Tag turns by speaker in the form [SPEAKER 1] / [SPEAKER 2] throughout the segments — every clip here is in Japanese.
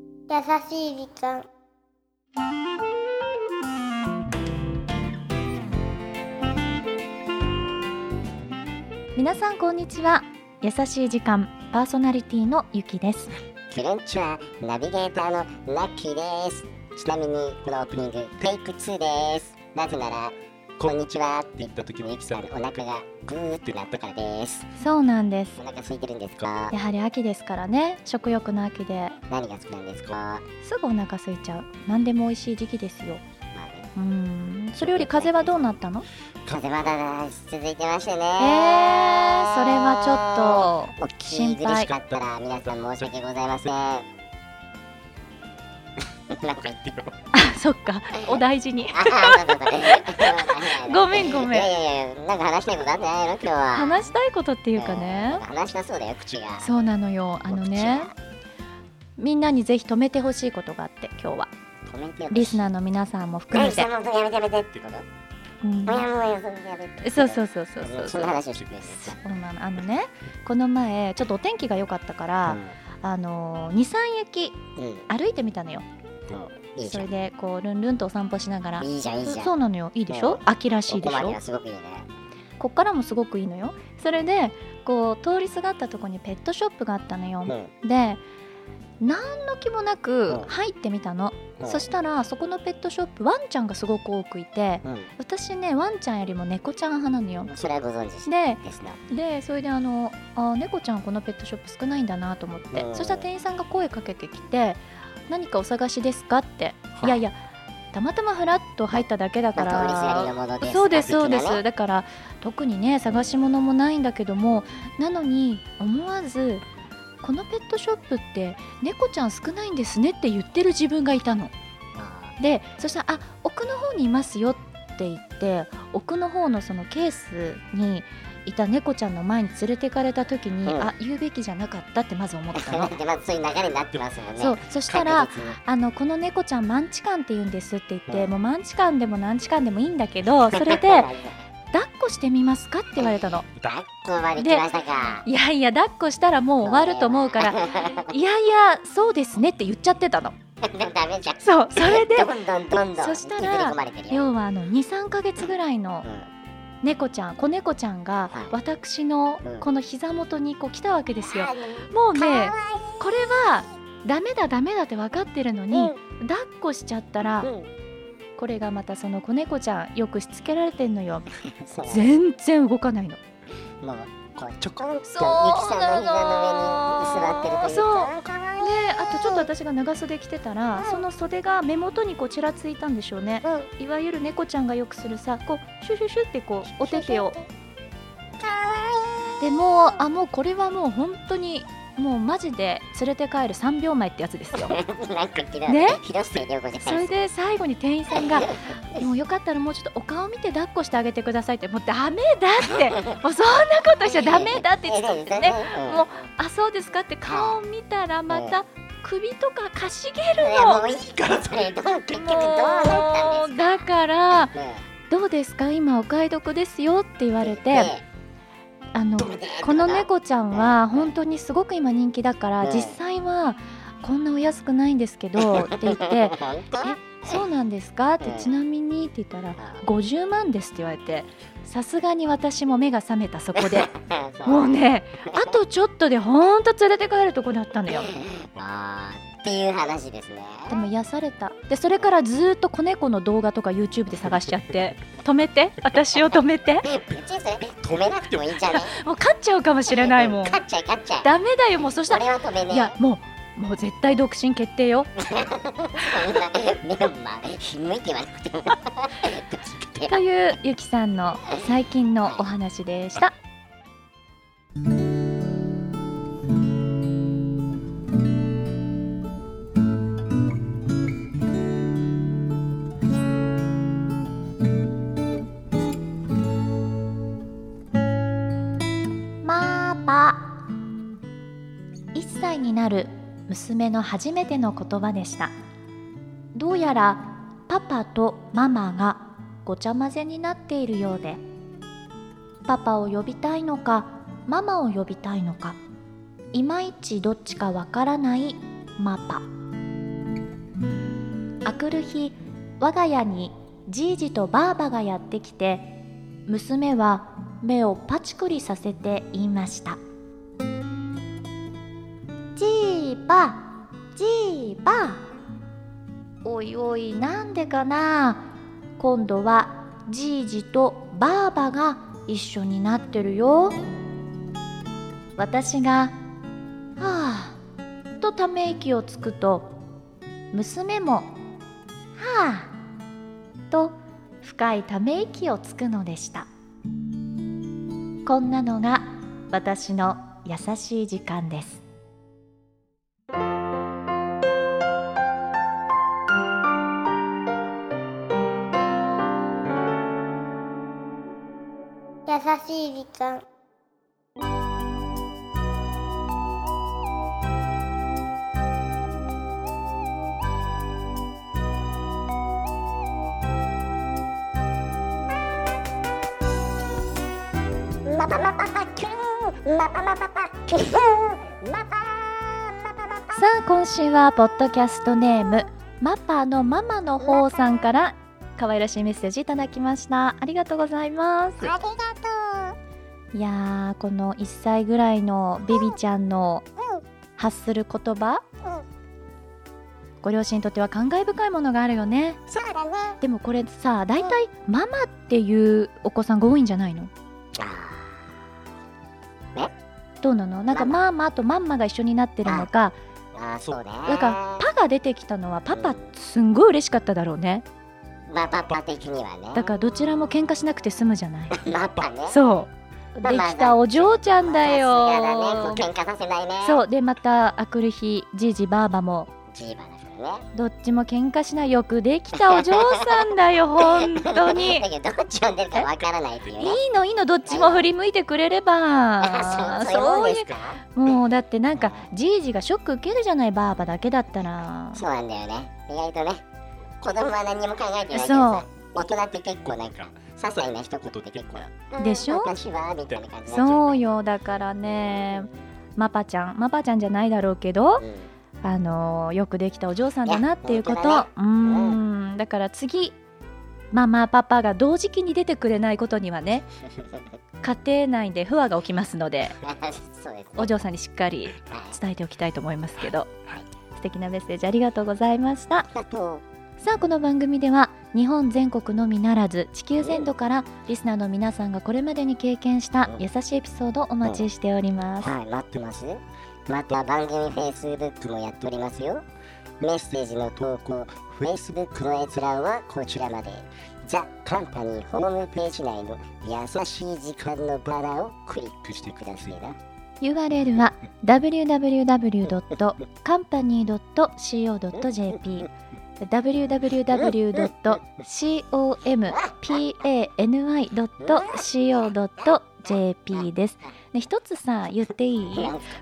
[SPEAKER 1] しい時間
[SPEAKER 2] 皆さんこんにちは優しい時間パーソナリティのゆきです
[SPEAKER 3] フレンチはナビゲーターのラッキーですちなみにこのオープニングテイク2ですなぜならこんにちはって言った時にゆきさんお腹がグーってなったからです
[SPEAKER 2] そうなんです
[SPEAKER 3] お腹空いてるんですか
[SPEAKER 2] やはり秋ですからね食欲の秋で
[SPEAKER 3] 何が好きなんですか
[SPEAKER 2] すぐお腹空いちゃう何でも美味しい時期ですよ
[SPEAKER 3] まあね
[SPEAKER 2] うんそれより風邪はどうなったの
[SPEAKER 3] 風邪まだ続いてまして
[SPEAKER 2] えー、それ
[SPEAKER 3] ねえ
[SPEAKER 2] はちょっ
[SPEAKER 3] お聞き苦しかったら皆さん申し訳ございません なんか言 ってよ
[SPEAKER 2] とあそっかお大事に
[SPEAKER 3] あそうそうそう
[SPEAKER 2] ごめんごめん
[SPEAKER 3] いやいやいや、なんか話したいことあってないの今日は。
[SPEAKER 2] 話したいことっていうかね
[SPEAKER 3] うん話したそうだよ、口が。
[SPEAKER 2] そうなのよあのねみんなにぜひ止めてほしいことがあって今日は
[SPEAKER 3] 口が。止めてよ。
[SPEAKER 2] リスナーの皆さんも含
[SPEAKER 3] 何
[SPEAKER 2] め
[SPEAKER 3] して
[SPEAKER 2] て、
[SPEAKER 3] もうやめてやめてってこと。
[SPEAKER 2] うん
[SPEAKER 3] もうやめもうやめもうやめて。
[SPEAKER 2] そうそうそうそうそう
[SPEAKER 3] そんな話をしてくれるんです
[SPEAKER 2] そうなのあのねこの前ちょっとお天気が良かったから、あの23駅
[SPEAKER 3] うん。うん。
[SPEAKER 2] 歩いてみたのよ
[SPEAKER 3] そういい
[SPEAKER 2] そ
[SPEAKER 3] じゃ
[SPEAKER 2] れ
[SPEAKER 3] ん。
[SPEAKER 2] でこうルンルンとお散歩しながら
[SPEAKER 3] いいじゃん、いいじゃん。
[SPEAKER 2] そうなのよいいでしょ
[SPEAKER 3] うん
[SPEAKER 2] 秋らしいでし
[SPEAKER 3] ここまで
[SPEAKER 2] ょ
[SPEAKER 3] はすごくいいね。
[SPEAKER 2] こっからもすごくいいのよそれでこう通りすがったとこにペットショップがあったのよ、
[SPEAKER 3] う
[SPEAKER 2] で何の気もな
[SPEAKER 3] う
[SPEAKER 2] く
[SPEAKER 3] ん
[SPEAKER 2] 入ってみたの、
[SPEAKER 3] ん。
[SPEAKER 2] そしたらそこのペットショップワンちゃんがすごく多くいて
[SPEAKER 3] うん。
[SPEAKER 2] 私ねワンちゃんよりも猫ちゃん派なのよ
[SPEAKER 3] それはご存知ですね。
[SPEAKER 2] ででそれであのあー猫ちゃんこのペットショップ少ないんだなと思って、
[SPEAKER 3] うん
[SPEAKER 2] そしたら店員さんが声かけてきて「何かお探しですか?」って「いやい
[SPEAKER 3] や。
[SPEAKER 2] やたまたまフラッと入っただけだ
[SPEAKER 3] ま
[SPEAKER 2] か
[SPEAKER 3] あ通りすがりの
[SPEAKER 2] ら」
[SPEAKER 3] ものです。
[SPEAKER 2] そうですそうで
[SPEAKER 3] 素敵な
[SPEAKER 2] す
[SPEAKER 3] ね
[SPEAKER 2] だから特にね探し物もないんだけどもなのに思わず「このペットショップって猫ちゃん少ないんですね」って言ってる自分がいたの。
[SPEAKER 3] あ
[SPEAKER 2] でそしたら「あ奥の方にいますよ」って言って奥の方のそのケースにいた猫ちゃんの前に連れてかれた時に、
[SPEAKER 3] うん
[SPEAKER 2] あ言うべきじゃなかったってまず思った
[SPEAKER 3] ー
[SPEAKER 2] の。
[SPEAKER 3] でまずそういう流れになってますよね。
[SPEAKER 2] そうそしたら
[SPEAKER 3] 確実に
[SPEAKER 2] あのこの猫ちゃんマンチカンって言うんですって言って、
[SPEAKER 3] うん
[SPEAKER 2] もうマンチカンでも何チカンでもいいんだけ どそれで抱っこしてみますかって言われたの
[SPEAKER 3] 抱っこまで来ましたか。
[SPEAKER 2] いやいや抱っこしたらもう終わると思うからいやいやそうですねって言っちゃってたの
[SPEAKER 3] ダメじゃん。
[SPEAKER 2] そうそれ で
[SPEAKER 3] どんどんどんどん。
[SPEAKER 2] そしたら
[SPEAKER 3] 引きずり込まれてるよ。
[SPEAKER 2] 要はあの23ヶ月ぐらいの
[SPEAKER 3] うん
[SPEAKER 2] 猫ちゃん子猫ちゃんが
[SPEAKER 3] はい
[SPEAKER 2] 私の
[SPEAKER 3] うん
[SPEAKER 2] この膝元にこう来たわけですよ
[SPEAKER 3] あ。の
[SPEAKER 2] もう
[SPEAKER 3] かわい
[SPEAKER 2] ねこれはダメだダメだって分かってるの
[SPEAKER 3] い
[SPEAKER 2] に、抱っこしちゃったら、
[SPEAKER 3] うん
[SPEAKER 2] これがまたその子猫ちゃんよくしつけられてんのよ
[SPEAKER 3] そう
[SPEAKER 2] 全然動かないの
[SPEAKER 3] もうこうちょこんとゆき
[SPEAKER 2] そ
[SPEAKER 3] さ
[SPEAKER 2] うなの
[SPEAKER 3] んの膝の上に座ってるという
[SPEAKER 2] そう
[SPEAKER 3] うかわい
[SPEAKER 2] であとちょっと私が長袖着てたら、その袖が目元にこうちらついたんでしょうね、いわゆる猫ちゃんがよくするさこうシュシュシュってこうお手手をでもうあもうこれはもう本当にもうマジで連れて帰る3秒前ってやつですよ
[SPEAKER 3] いなんかひどい
[SPEAKER 2] ね
[SPEAKER 3] 広末涼子じゃ
[SPEAKER 2] そ
[SPEAKER 3] な
[SPEAKER 2] れ
[SPEAKER 3] いですか
[SPEAKER 2] で最後に店員さんが「もうよかったらもうちょっとお顔見て抱っこしてあげてください」って「もうダメだ ってもうそんなことしちゃダメだって」ちょっとねもう「あそうですか」って顔見たらまた首とかかしげ
[SPEAKER 3] う
[SPEAKER 2] る
[SPEAKER 3] んいやも
[SPEAKER 2] の
[SPEAKER 3] ういいからそれどう結局どうなった
[SPEAKER 2] も
[SPEAKER 3] ん
[SPEAKER 2] う
[SPEAKER 3] で
[SPEAKER 2] だから
[SPEAKER 3] すか
[SPEAKER 2] 「どうですか今お買い得ですよ」って言われてあの
[SPEAKER 3] どうで
[SPEAKER 2] この猫ちゃんは本当にすごく今人気だから
[SPEAKER 3] うん
[SPEAKER 2] 実際はこんなお安くないんですけどって言 って
[SPEAKER 3] 本当
[SPEAKER 2] 「そうなんですか?」って
[SPEAKER 3] うん
[SPEAKER 2] ちなみにって言ったら
[SPEAKER 3] あ
[SPEAKER 2] 「50万です」って言われてさすがに私も目が覚めたそこで
[SPEAKER 3] あそ
[SPEAKER 2] もうねあとちょっとでほんと連れて帰るとこだった のよ
[SPEAKER 3] あーっていう話ですね
[SPEAKER 2] でも癒されたでそれからずーっと子猫の動画とか YouTube で探しちゃって止めて私を止めて
[SPEAKER 3] 別にそれ止めなくてもいいんじゃね
[SPEAKER 2] もう勝っちゃうかもしれないもん
[SPEAKER 3] 勝っちゃい勝っちゃい
[SPEAKER 2] ダメだよもうそしたら
[SPEAKER 3] 俺は止めねえ
[SPEAKER 2] いやもうもう絶対独身決定よ
[SPEAKER 3] そんな目をまひむいて言わなくても
[SPEAKER 2] というゆきさんの最近のお話でしたマーパ1歳になる娘の初めての言葉でしたどうやらパパとママがごちゃ混ぜになっているようでパパを呼びたいのかママを呼びたいのかいまいちどっちかわからないマパくる日我が家にじいじとばあばがやってきて娘は目をパチクリさせて言いましたじいばじいばおいおいなんでかな今度はじいじとばあばが一緒になってるよ私が「はあ」とため息をつくと娘も「はあ」と深いため息をつくのでしたこんなのが私の優しい時間です
[SPEAKER 1] 優しい時間
[SPEAKER 3] マパマパパキューンマパマパパキューンマパマパマパ
[SPEAKER 2] さあ今週はポッドキャストネームマパのママのほうさんから可愛らしいメッセージいただきましたありがとうございます
[SPEAKER 1] ありがとう
[SPEAKER 2] いやーこの1歳ぐらいのベビちゃんの発する言葉
[SPEAKER 1] うん
[SPEAKER 2] ご両親にとっては感慨深いものがあるよね
[SPEAKER 1] そうだね
[SPEAKER 2] でもこれさ大体ママっていうお子さんが多いんじゃないの
[SPEAKER 3] あ
[SPEAKER 2] どうなのなんかママとマンマが一緒になってるのか
[SPEAKER 3] ーあーそうね
[SPEAKER 2] なんかパが出てきたのはパパすんごい嬉しかっただろうね
[SPEAKER 3] マパパ的にはね
[SPEAKER 2] だからどちらも喧嘩しなくて済むじゃない
[SPEAKER 3] マパね
[SPEAKER 2] そう
[SPEAKER 3] マ
[SPEAKER 2] で
[SPEAKER 3] マが
[SPEAKER 2] きたお嬢ちゃんだ
[SPEAKER 3] さすがだねこう
[SPEAKER 2] よ
[SPEAKER 3] 喧嘩させないねう
[SPEAKER 2] そうでまたあくる日じいじばあばも
[SPEAKER 3] ジーバだからね
[SPEAKER 2] どっちも喧嘩しないよくできた お嬢さんだよ本当にい
[SPEAKER 3] だけどどっち呼んでるかわからないっていうね
[SPEAKER 2] いのいいのどっちも振り向いてくれれば
[SPEAKER 3] あ そうそう
[SPEAKER 2] そ
[SPEAKER 3] いうもんです
[SPEAKER 2] う
[SPEAKER 3] か
[SPEAKER 2] いうもうだってなんかじいじがショック受けるじゃないばあばだけだったら
[SPEAKER 3] そうなんだよね意外とね子供は何も考えてないけど
[SPEAKER 2] そう
[SPEAKER 3] さ大人って結構なんか些細な一言って結構うん
[SPEAKER 2] でしょ
[SPEAKER 3] 私はみたいな感じになっちゃから
[SPEAKER 2] そうよだからねマパちゃんマパちゃんじゃないだろうけど
[SPEAKER 3] うん
[SPEAKER 2] あのよくできたお嬢さんだなっていうこと、
[SPEAKER 3] いや
[SPEAKER 2] うーんだから次ママパパが同時期に出てくれないことにはね家庭内で不和が起きますので
[SPEAKER 3] そうですね
[SPEAKER 2] お嬢さんにしっかり
[SPEAKER 3] はい
[SPEAKER 2] 伝えておきたいと思いますけど
[SPEAKER 3] はい
[SPEAKER 2] 素敵なメッセージありがとうございました
[SPEAKER 3] あと
[SPEAKER 2] さあこの番組では日本全国のみならず地球全土からリスナーの皆さんがこれまでに経験した優しいエピソードをお待ちしております
[SPEAKER 3] はい、待ってます。また番組 Facebook もやっておりますよ。メッセージの投稿、Facebook の閲覧はこちらまで。ザ・カンパニーホームページ内の優しい時間のバラをクリックしてくださいな。
[SPEAKER 2] URL は www.company.co.jp www.company.co.jp です、ね、一つさ言っていい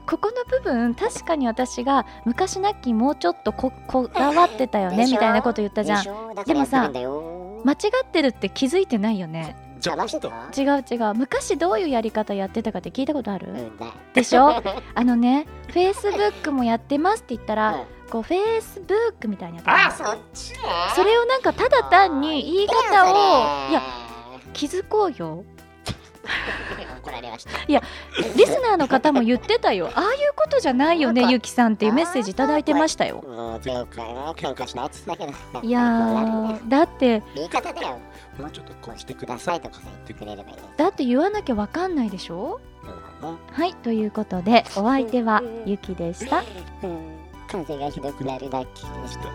[SPEAKER 2] ここの部分確かに私が昔なきもうちょっとここだわってたよね
[SPEAKER 3] でしょ
[SPEAKER 2] みたいなこと言ったじゃん
[SPEAKER 3] でしょだか
[SPEAKER 2] で
[SPEAKER 3] ら
[SPEAKER 2] も
[SPEAKER 3] やってる
[SPEAKER 2] さ
[SPEAKER 3] んだよ。
[SPEAKER 2] 間違ってるって気づいてないよね
[SPEAKER 3] 邪魔してた
[SPEAKER 2] 違う違う昔どういうやり方やってたかって聞いたことある、
[SPEAKER 3] うんだ。
[SPEAKER 2] でしょあのねフェイスブックもやってますって言った
[SPEAKER 3] う
[SPEAKER 2] ら、
[SPEAKER 3] ん
[SPEAKER 2] こうフェイスブックみたいにやって
[SPEAKER 3] あ、
[SPEAKER 2] ます
[SPEAKER 3] そっちね。
[SPEAKER 2] それをなんかただ単に言い方をいや
[SPEAKER 3] や、
[SPEAKER 2] 気づこうよ
[SPEAKER 3] 怒られました。
[SPEAKER 2] リスナーの方も言ってたよああいうことじゃないよね
[SPEAKER 3] なんか
[SPEAKER 2] ゆきさんっていうメッセージいただいてましたよ
[SPEAKER 3] もう前回の喧嘩しないっつったけど。
[SPEAKER 2] いやーだって
[SPEAKER 3] 言い方だよもうちょっとこうしてくださいとかさ言ってくれればいいね
[SPEAKER 2] だって言わなきゃわかんないでしょ
[SPEAKER 3] うん
[SPEAKER 2] はいということでお相手はゆきでした
[SPEAKER 3] うん風がひどくなるラッキーでした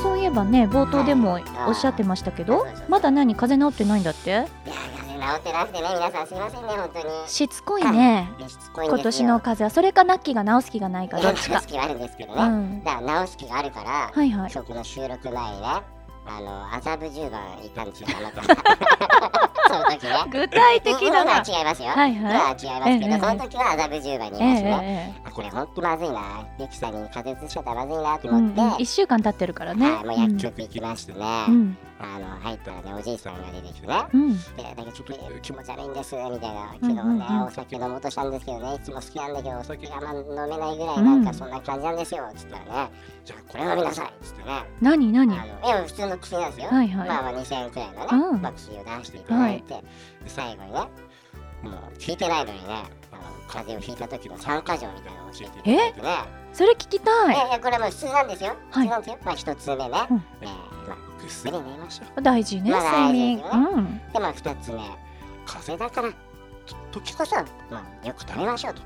[SPEAKER 2] そういえばね冒頭でもおっしゃってましたけど
[SPEAKER 3] はい
[SPEAKER 2] まだ何風邪治ってないんだって
[SPEAKER 3] いや風邪治ってなくてね皆さんすいませんね本当に
[SPEAKER 2] しつこいね
[SPEAKER 3] いやしつこいんですよ
[SPEAKER 2] 今年の風邪はそれかナッキーが治す気がない かどっち
[SPEAKER 3] 治
[SPEAKER 2] か
[SPEAKER 3] す気はあるんですけど
[SPEAKER 2] う
[SPEAKER 3] ね
[SPEAKER 2] ん
[SPEAKER 3] だから治す気があるから
[SPEAKER 2] はいはい
[SPEAKER 3] そうこの収録前にねあの麻布十番いたん ですよあなたその時ね
[SPEAKER 2] 具体的
[SPEAKER 3] 今
[SPEAKER 2] だ
[SPEAKER 3] は
[SPEAKER 2] な。
[SPEAKER 3] 違いますよ、
[SPEAKER 2] はい
[SPEAKER 3] 今
[SPEAKER 2] は
[SPEAKER 3] は違いますけど、
[SPEAKER 2] ええ
[SPEAKER 3] その時は麻布十番にいまし
[SPEAKER 2] い。え
[SPEAKER 3] た
[SPEAKER 2] え
[SPEAKER 3] ね、
[SPEAKER 2] え
[SPEAKER 3] あこれほんとまずいなゆきさんに風邪しちゃったらまずいなと
[SPEAKER 2] え。うん
[SPEAKER 3] 思って、
[SPEAKER 2] うん一週間経ってるからね。
[SPEAKER 3] はい、もう薬局行きましてね、
[SPEAKER 2] うん
[SPEAKER 3] あの入ったらねおじいさんが出てきてね、
[SPEAKER 2] うん
[SPEAKER 3] でなんかちょっとえー気持ち悪いんですみたいな
[SPEAKER 2] うんう
[SPEAKER 3] 昨
[SPEAKER 2] ん
[SPEAKER 3] 日
[SPEAKER 2] うん
[SPEAKER 3] ね、お酒飲もうとしたんですけどねいつも好きなんだけどお酒があんま飲めないぐら
[SPEAKER 2] う
[SPEAKER 3] い
[SPEAKER 2] ん
[SPEAKER 3] なんかそんな感じなんですよ、つったらねじゃあこれ飲みなさいつってねあ
[SPEAKER 2] 何何。
[SPEAKER 3] のいや普通の薬なんですよ、
[SPEAKER 2] はいはい
[SPEAKER 3] まあまあ2000円くらいのね、
[SPEAKER 2] うん
[SPEAKER 3] まあ、薬を出していただいて、で最後にねもう聞いてないのにねあの風邪をひいた時の3か条みたいなのを教えていただいてね
[SPEAKER 2] それ聞きた
[SPEAKER 3] いや
[SPEAKER 2] い。
[SPEAKER 3] いやこれもう普通なんですよ、
[SPEAKER 2] はい
[SPEAKER 3] 普通なんですよまあ一つ目ね、
[SPEAKER 2] うん
[SPEAKER 3] えーまあぐっすり寝ましょう
[SPEAKER 2] 大事ね
[SPEAKER 3] まあ
[SPEAKER 2] 睡眠。
[SPEAKER 3] 大事ね
[SPEAKER 2] うん。
[SPEAKER 3] でまあ2つ目風邪だからと時こそ、まあ、よく食べましょうと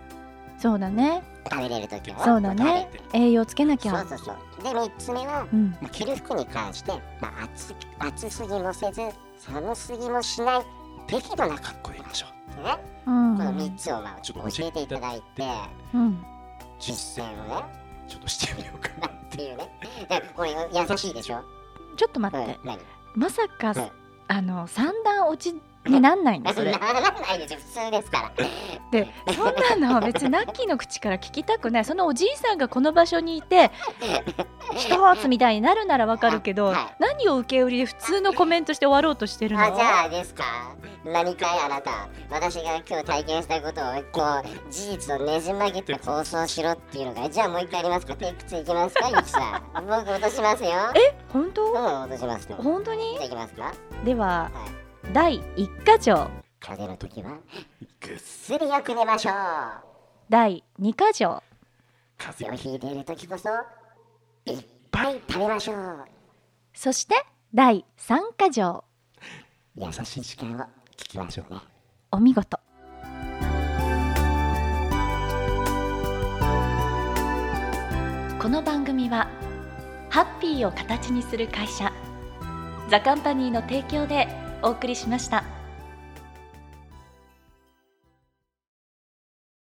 [SPEAKER 2] そうだね。
[SPEAKER 3] 食べれる時は
[SPEAKER 2] そうだね
[SPEAKER 3] 食べて。
[SPEAKER 2] 栄養つけなき
[SPEAKER 3] そう
[SPEAKER 2] ゃ。
[SPEAKER 3] そうそうで3つ目は、
[SPEAKER 2] うん。
[SPEAKER 3] まあ、着る服に関して、まあ、暑暑すぎもせず寒すぎもしない適度な格好でいましょうってね、
[SPEAKER 2] う
[SPEAKER 3] この3
[SPEAKER 2] ん。
[SPEAKER 3] つをまあちょっと教えていただいて
[SPEAKER 2] うん。
[SPEAKER 3] 実践をねちょっとしてみようかなっていうねでこれ優しいでしょ、
[SPEAKER 2] ちょっと
[SPEAKER 3] う
[SPEAKER 2] 待
[SPEAKER 3] ん
[SPEAKER 2] って。、
[SPEAKER 3] 何
[SPEAKER 2] まさか
[SPEAKER 3] うん。
[SPEAKER 2] あの三段落ちになんないのそれ
[SPEAKER 3] ならないでしょ普通ですから
[SPEAKER 2] でそんなの別にナッキーの口から聞きたくないそのおじいさんがこの場所にい て一つみたいになるならわかるけど、
[SPEAKER 3] はい
[SPEAKER 2] 何を受け売りで普通のコメントして終わろうとしてるの
[SPEAKER 3] あじゃあですか何かいあなた私が今日体験したことをこう事実をねじ曲げて放送しろっていうのがじゃあもう一回やりますかテイク2いきますかゆきさん僕落としますよ
[SPEAKER 2] え本
[SPEAKER 3] う
[SPEAKER 2] 当
[SPEAKER 3] ん落としますよ
[SPEAKER 2] 本当に
[SPEAKER 3] じゃあいきますか
[SPEAKER 2] では
[SPEAKER 3] はい
[SPEAKER 2] 第1課条
[SPEAKER 3] 風邪の時はぐっすりよく寝ましょう
[SPEAKER 2] 第2課条
[SPEAKER 3] 風邪をひいている時こそいっぱい食べましょう
[SPEAKER 2] そして第3課条
[SPEAKER 3] 優しい時間を聞きましょうね
[SPEAKER 2] お見事この番組はハッピーを形にする会社ザカンパニーの提供でお送りしました。